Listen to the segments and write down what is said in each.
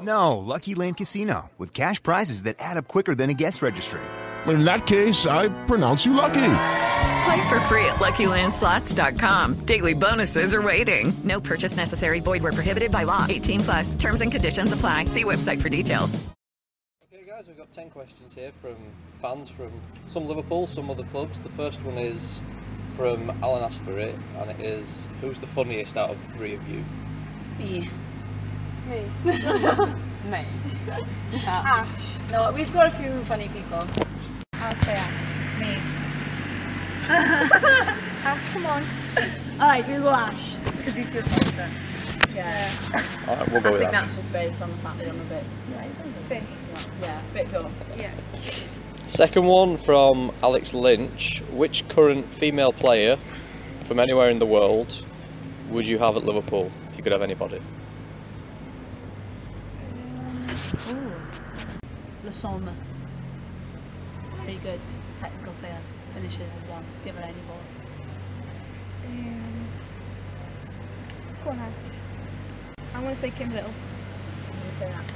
No, Lucky Land Casino, with cash prizes that add up quicker than a guest registry. In that case, I pronounce you lucky. Play for free at LuckyLandSlots.com. Daily bonuses are waiting. No purchase necessary. Void were prohibited by law. 18 plus. Terms and conditions apply. See website for details. Okay, guys, we've got 10 questions here from fans from some Liverpool, some other clubs. The first one is from Alan Asprey, and it is Who's the funniest out of the three of you? Me. Me. Me. Ash. Ah. No, we've got a few funny people. I'll say Ash. Me. Ash, come on. Alright, you go Ash. Because you feel confident. Yeah. Alright, we'll go I with that. think that's just based on the fact that I'm a bit. Fish. Yeah, a bit dumb. Yeah. Second one from Alex Lynch. Which current female player from anywhere in the world would you have at Liverpool if you could have anybody? Ooh. Lasoma. Pretty good technical player. Finishes as well. Give her any ball. Um, go on, Ash. I'm going to say Kim Little. I'm gonna say that.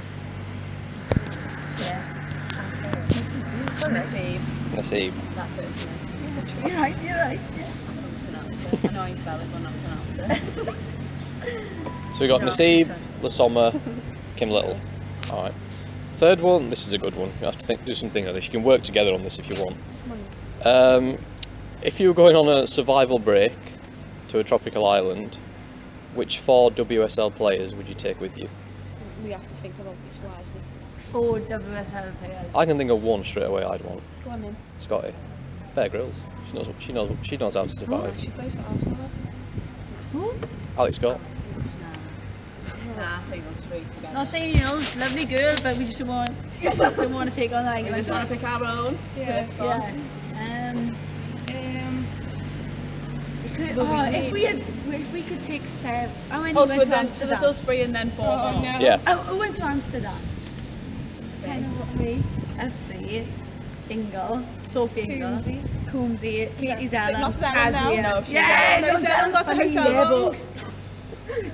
Yeah. I'm gonna say Nasib. that's it for me. You're right, you're right. I know you spell it, but not pronounce it. So we got No, Nasib, consent. Lasoma, Kim Little. Alright. Third one, this is a good one. You have to think, do something of this. You can work together on this if you want. Um, if you were going on a survival break to a tropical island, which four WSL players would you take with you? We have to think about this wisely. Four WSL players. I can think of one straight away I'd want. Go on then. Scotty. Bear Grylls. She knows she knows she knows how to Oh, survive. she plays for Arsenal. Who? Alex Scott. Nah, take us three together. Not saying you know, lovely girl, but we just don't want, don't want to take on like. We just want to pick our own. Yeah. Yeah. Um, Um, oh, if we had, if we could take seven. Oh, and oh, so went to Amsterdam. So there's us three and then four. oh, no. Yeah. Oh, I went to Amsterdam. Ten of me. Essie, Ingle, Sophie Ingle, Coomsey. Coombsy, Katie Zellum, not Zellum now? No, she's yeah, out. No, Zellum got the funny, hotel yeah, wrong. but-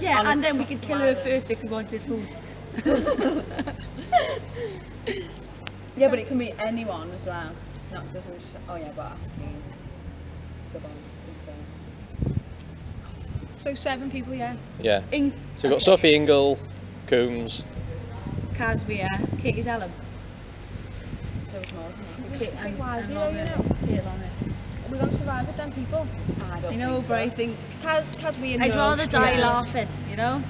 Yeah, and then we could kill her first if we wanted food. Yeah, but it can be anyone as well. Not doesn't just oh yeah, but teams. Good on something. So seven people, yeah. Yeah. In- So we've got Sophie Ingle, Coombs, Casmia, Katie Zellum, There was more. Than Kate think and, wisely, and though, you Longest. Kate Longest. Are we going to survive with them people? that. I don't. I know, think so. but I think Cause, cause we I'd rather die yeah. laughing, you know?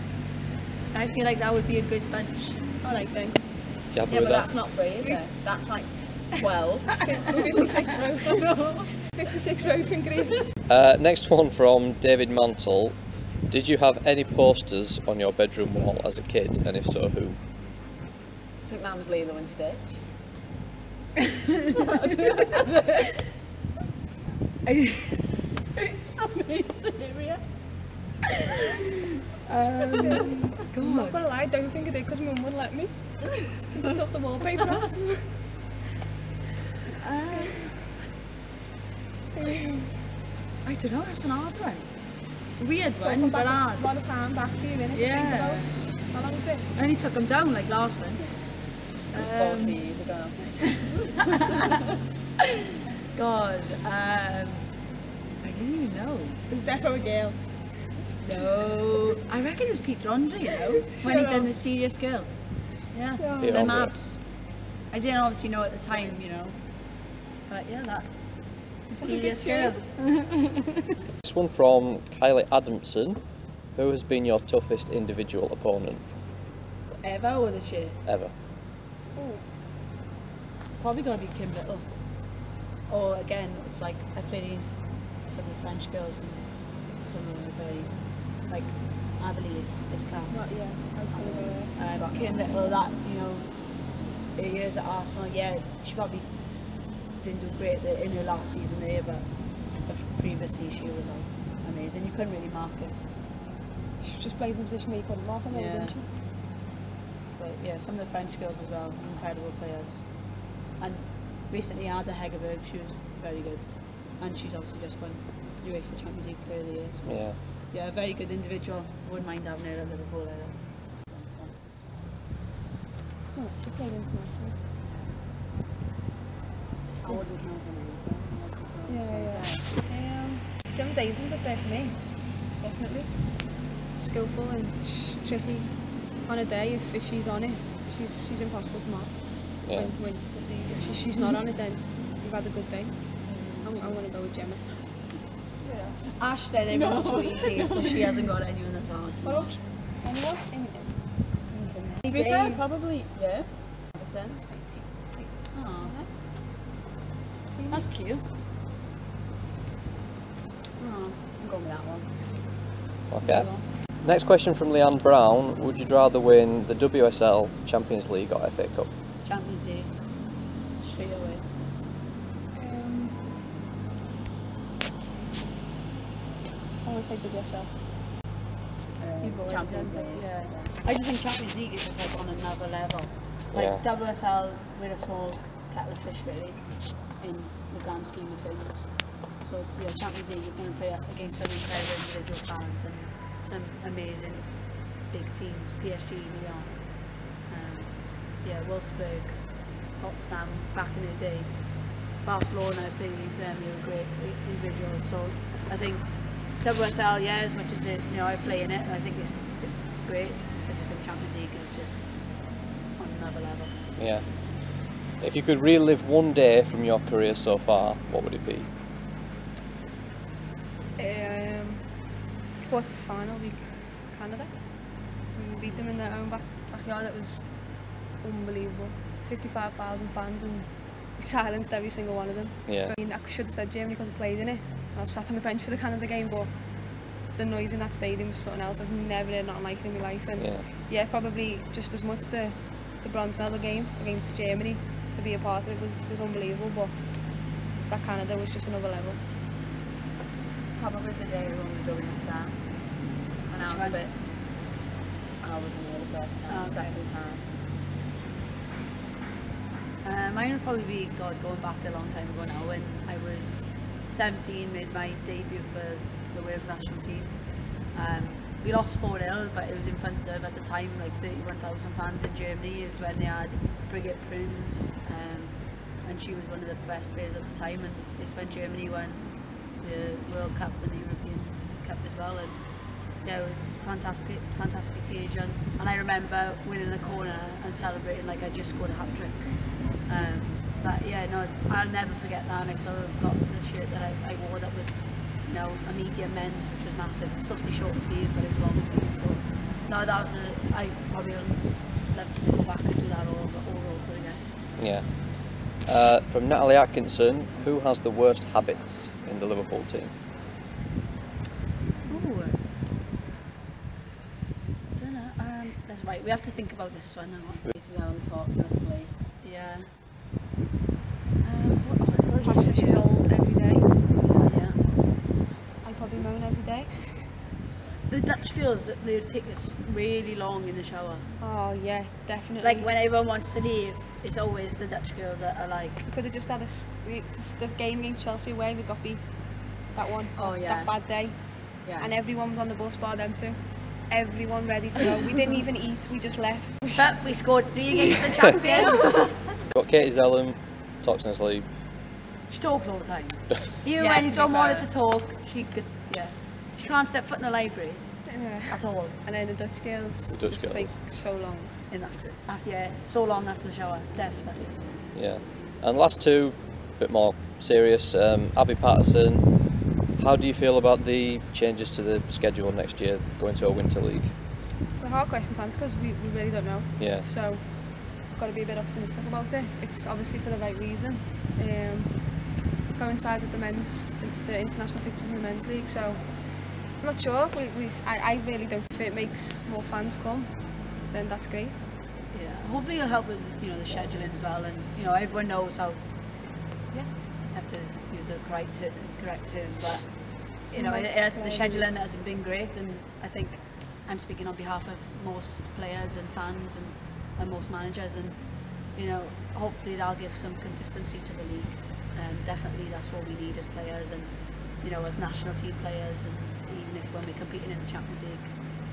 I feel like that would be a good bunch. I like them. you happy Yeah, with but that? that's not free, is it? That's like twelve. 56 row. 56 row can green. Uh, next one from David Mantle. Did you have any posters on your bedroom wall as a kid, and if so, Um, who? I think mine was Lilo and Stitch. I'm not gonna lie, I don't think I did because mum wouldn't let me. Because I took the wallpaper Um, off. I don't know, that's an hard one. Weird Took one, them but back, hard. by the time back a few minutes. Yeah. think about. How long was it? Only took them down like last one. Um, 40 years ago. God, um, I don't even know. It was definitely a girl. No, I reckon it was Peter Andre, you know, when he Shut up. did Mysterious Girl. Yeah, Yeah. the Peter them Andre. abs. I didn't obviously know at the time, you know, but yeah, that Mysterious Girl. This one from Kylie Adamson. Who has been your toughest individual opponent Ever or this year? ever? Probably gonna be Kim Little. Or again, it's like I played against some of the French girls and some of them were very like I believe this class. Not yet. That's gonna be. Um, Kim Little, that you know, her years at Arsenal, yeah, she probably didn't do great the- in her last season there, but but previously she was like, amazing. You couldn't really mark her, She just played in a position where you couldn't mark her, Yeah. didn't she? but yeah, some of the French girls as well, incredible players. And recently Ada Hegerberg, she was very good, and she's obviously just won UEFA Champions League Player of the Year. So Yeah. yeah, a very good individual. Wouldn't mind having her at Liverpool either. No, she played international. I wouldn't know her name, so I'm not too sure. Yeah, yeah. Um, Gemma Davison's up there for me, definitely. Skillful and sh- tricky on a day. If, if she's on it, she's she's impossible to mark. Yeah. When, when, if she, she's not on it, then you've had a good day. I'm, I'm gonna go with Gemma. Ash said it was too easy, so she hasn't got anyone that's hard to mark. Anyone? To be fair, probably, yeah. In a sense. Aw. That's cute. Aw. I'm going with that one. Okay. Next question from Leanne Brown. Would you rather win the WSL, Champions League, or FA Cup? Champions League. Straight away. Um, I want to take the WSL. Um, already Champions done League. that. I just think Champions League is just like on another level. Yeah. Like WSL, we're a small kettle of fish really, in the grand scheme of things. So yeah, Champions League, you're going to play us against some incredible individual talents and some amazing big teams. PSG, Lyon, um, yeah, Wolfsburg, Potsdam back in the day. Barcelona playing against them, they were great individuals. So I think WSL, yeah, as much as it, you know, I play in it, I think it's, it's great. I just think Champions League is just on another level. Yeah. If you could relive one day from your career so far, what would it be? Um, quarter final week, Canada. We beat them in their own back, backyard. It was unbelievable. 55,000 fans and we silenced every single one of them. Yeah. I mean, I should have said Germany because I played in it. And I was sat on the bench for the Canada game, but the noise in that stadium was something else. I've never heard nothing like it in my life. And Yeah. yeah, probably just as much the the bronze medal game against Germany to be a part of it was, was unbelievable. But that Canada was just another level. Probably the day when we were doing exam. And I was a one? bit. I wasn't there the first time, Oh, second time. Uh, mine would probably be God going back a long time ago now when I was 17, made my debut for the Wales national team. Um, we lost 4 0, but it was in front of, at the time, like 31,000 fans in Germany. It was when they had Brigitte Prunes, um, and she was one of the best players at the time. And it's when Germany won the World Cup and the European Cup as well. And yeah, it was fantastic, fantastic occasion. And I remember winning a corner and celebrating like I just scored a hat trick. Um, but yeah, no, I'll never forget that. And I still have got the shirt that I, I wore that was, you know, a medium men's, which was massive. It was supposed to be short sleeve, but it was long sleeve. So no, that was a. I probably would love to go back and do that all, all over again. Yeah. Uh, from Natalie Atkinson, who has the worst habits in the Liverpool team? Ooh. Dunno, um, that's right, we have to think about this one now. We did our own talk firstly. Yeah. Um, what, oh, it's got to be She's old every day. Yeah. I probably moan every day. The Dutch girls, they would take us really long in the shower. Oh yeah, definitely. Like when everyone wants to leave, it's always the Dutch girls that are like, could have just had a s- we, the game against Chelsea away. We got beat. That one. Oh, that- yeah. That bad day. Yeah. and everyone was on the bus bar them two. Everyone ready to go. We didn't even eat. We just left. But we scored three against the champions. Got Katie Zellum, talks nicely. she talks all the time. Yeah, You when to you be don't want her fair. to talk, she could, yeah. She can't step foot in the library Yeah. at all. And then the Dutch girls The Dutch just girls. take so long. And after, after, yeah, so long after the shower, definitely. Yeah. And last two, a bit more serious. Um, Abby Patterson, how do you feel about the changes to the schedule next year going to a winter league? It's a hard question to answer because we, we really don't know. Yeah. So, got to be a bit optimistic about it. It's obviously for the right reason. Um, coincides with the men's, the, the international fixtures in the men's league. So, I'm not sure. We, we I, I really don't. If it makes more fans come, then that's great. Yeah. Hopefully it'll help with, you know, the scheduling as well. And, you know, everyone knows how, yeah, I have to use the correct, ter- correct term, but, you know, it, it hasn't- the scheduling hasn't been great. And I think I'm speaking on behalf of most players and fans and, and most managers. And, you know, hopefully that'll give some consistency to the league. Um, definitely that's what we need as players and, you know, as national team players. And even if when we're competing in the Champions League,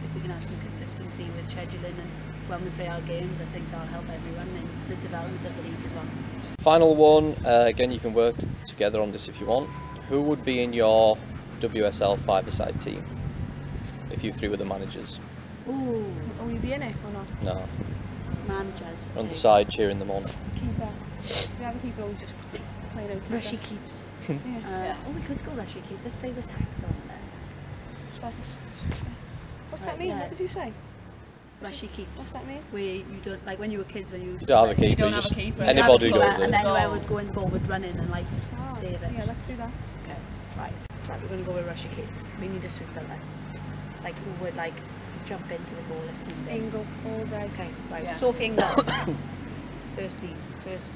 if we can have some consistency with scheduling and when we play our games, I think that'll help everyone in the development of the league as well. Final one, uh, again, you can work together on this if you want. Who would be in your WSL five-a-side team if you three were the managers? Ooh, Are we being it or not? No, managers. on the side cheering them on. Keeper. Do we have a keeper or we just play no keeper? Rushy keeps. Yeah. Um, Oh, we could go rushy keep. Let's play this tactical one there. It's like a s- What's that Right, mean? yeah. What did you say? Rushy What's keeps. that mean? Where you don't like when you were kids when you. You don't have a keeper. don't have a just keeper. Anybody eh? You don't have goes a keeper. And in. then I would go in forward running and like Ah, save it. Yeah, let's do that. Okay, right. Right, we're gonna go with rushy keeps. We need a sweeper then. Like who would like jump into the goal if needed. Ingle all day. Okay, right. Yeah. Sophie Engel. first name, first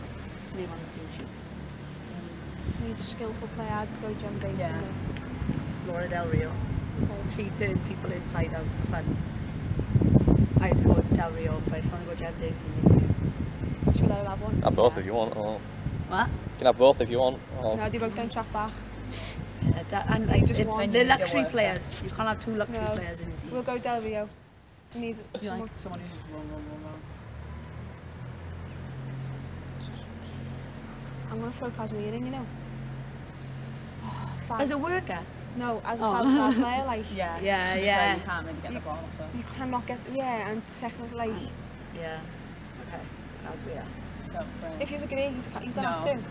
name on the team sheet. Needs a skillful player. I'd go John Bates. Yeah. Laura Del Rio. She turned people inside out for fun. I'd go with Del Rio, but if I want to go Jen Jason, then too. Shall I have one? Have both if you want. Or What? you can have both if you want. Or No, they both don't track back. Yeah, that, and like, just it- one they're needs to luxury work players. You can't have two luxury No. players in the team. We'll go Del Rio. We need You someone. like someone who's just run, run, run, run. I'm gonna throw Casemiro in, you know. Oh, fab. As a worker? no, as a Oh. fab star player, like Yeah. Yeah, So yeah. You can't really get the ball off her. you cannot get. Yeah, and technically, like, Yeah. Okay, as we are. So, for- if you agree, he's ca- he's done No. have to.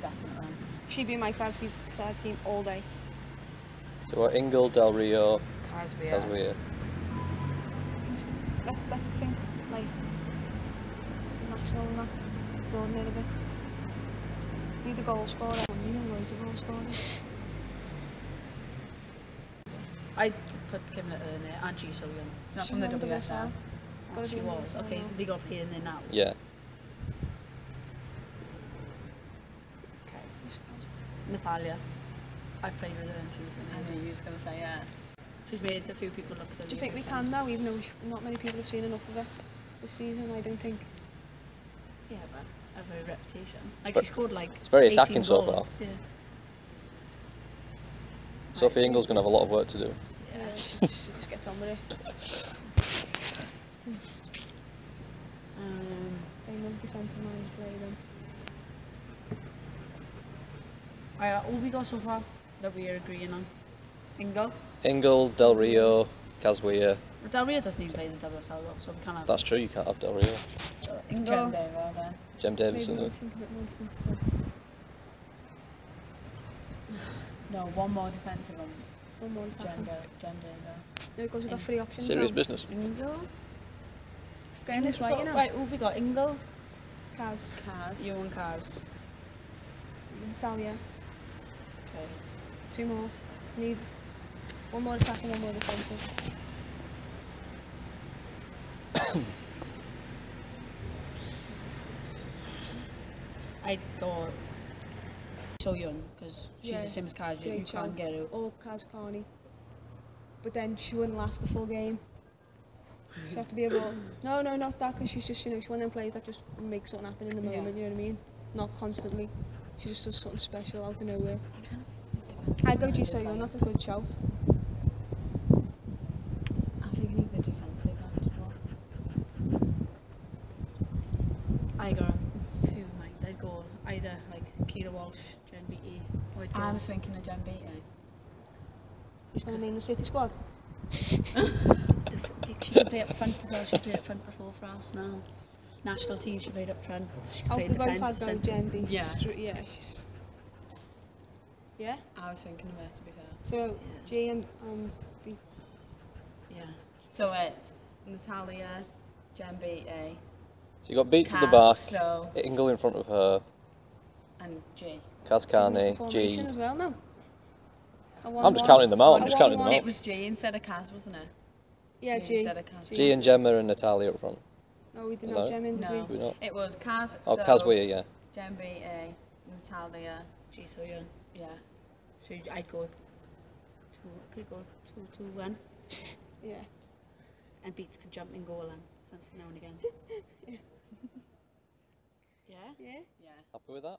definitely. She'd be my five seed side team all day. so we're Ingle, Del Rio, As we are. Tasmania. Just, let's let's think like it's national and that, broaden it a bit. Need a goal scorer. You know loads of goal scorers. I'd put Kim Little in there, and she's so young. She's not She's from the not in the WSL. WSL. Oh, Gotta she be in the was. WSL Okay, now. they got to play in there now. Yeah. Okay. Natalia. I've played with her and she's I amazing. knew you was going to say, yeah. She's made a few people look silly. Do you think we can now, even though we sh- not many people have seen enough of it this season? I don't think. Yeah, but of her reputation. Like ve- she scored like. it's very 18 attacking so goals. far. Yeah. Sophie Ingle's going to have a lot of work to do. Yeah, just, just get on with it. Um, Play them defensive mind, play them. all right, all we got so far that we are agreeing on. Ingle. Ingle, Del Rio, Caswea. Del Rio doesn't even play in the WSL though, so we can't have. That's true, you can't have Del Rio. Jen Ingle. Day, well done. Jem Maybe Davison. we though. should put more defensive mind. No, one more defensive on One more Jen attacking. Day, Jen Day, though. No, because we've got three options. Serious now. business. Ingle. Getting this right, you know. Right, all we got Ingle, Kaz, Kaz. you and Kaz. Natalia, Okay. two more. Needs one more attacking, one more defensive. I'd go So Young because she's Yeah, the same as Kaz. You, Great you can't chance. get her. Or Kaz Carney. But then she wouldn't last the full game. She'd have to be able. No, no, not that, because she's just, you know, she's one of them players that just makes something happen in the Yeah. moment, you know what I mean? Not constantly. She just does something special out of nowhere. I go G, so you're not a good shout. I think he's the defensive end as well. I got a few of mine. I'd go either like Kira Walsh, Jen Beattie, or I'd go. I was thinking of Jen E. Beattie. Shall I name the City squad? Def- she can play up front as well. She played up front before for Arsenal. National team, she played up front. She Out played of both, defence. I'd go centre- Jen B. Yeah. Stru- yeah, she's... Yeah? I was thinking of her to be fair. So, J and um, B. Yeah. So it's Natalia, Jen Beattie, So you got Beats at the Kaz, back, so- Ingle in front of her, and G. Kaz It's Carney, the formation G. as well now. A I'm just counting them out, I'm just counting them Well- It out. was G instead of Kaz, wasn't it? Yeah, G G. instead of Kaz. G and Gemma and Natalia up front. No, we didn't No. have Jem in, did No. we not? It was Kaz. Oh, so Kaz were you, yeah. Jen Beattie, Natalia, She's so young. yeah. So I'd go two, could go two, two, one, we? Yeah. and Beats could jump in goal and something now and again. yeah. Yeah? Happy with that?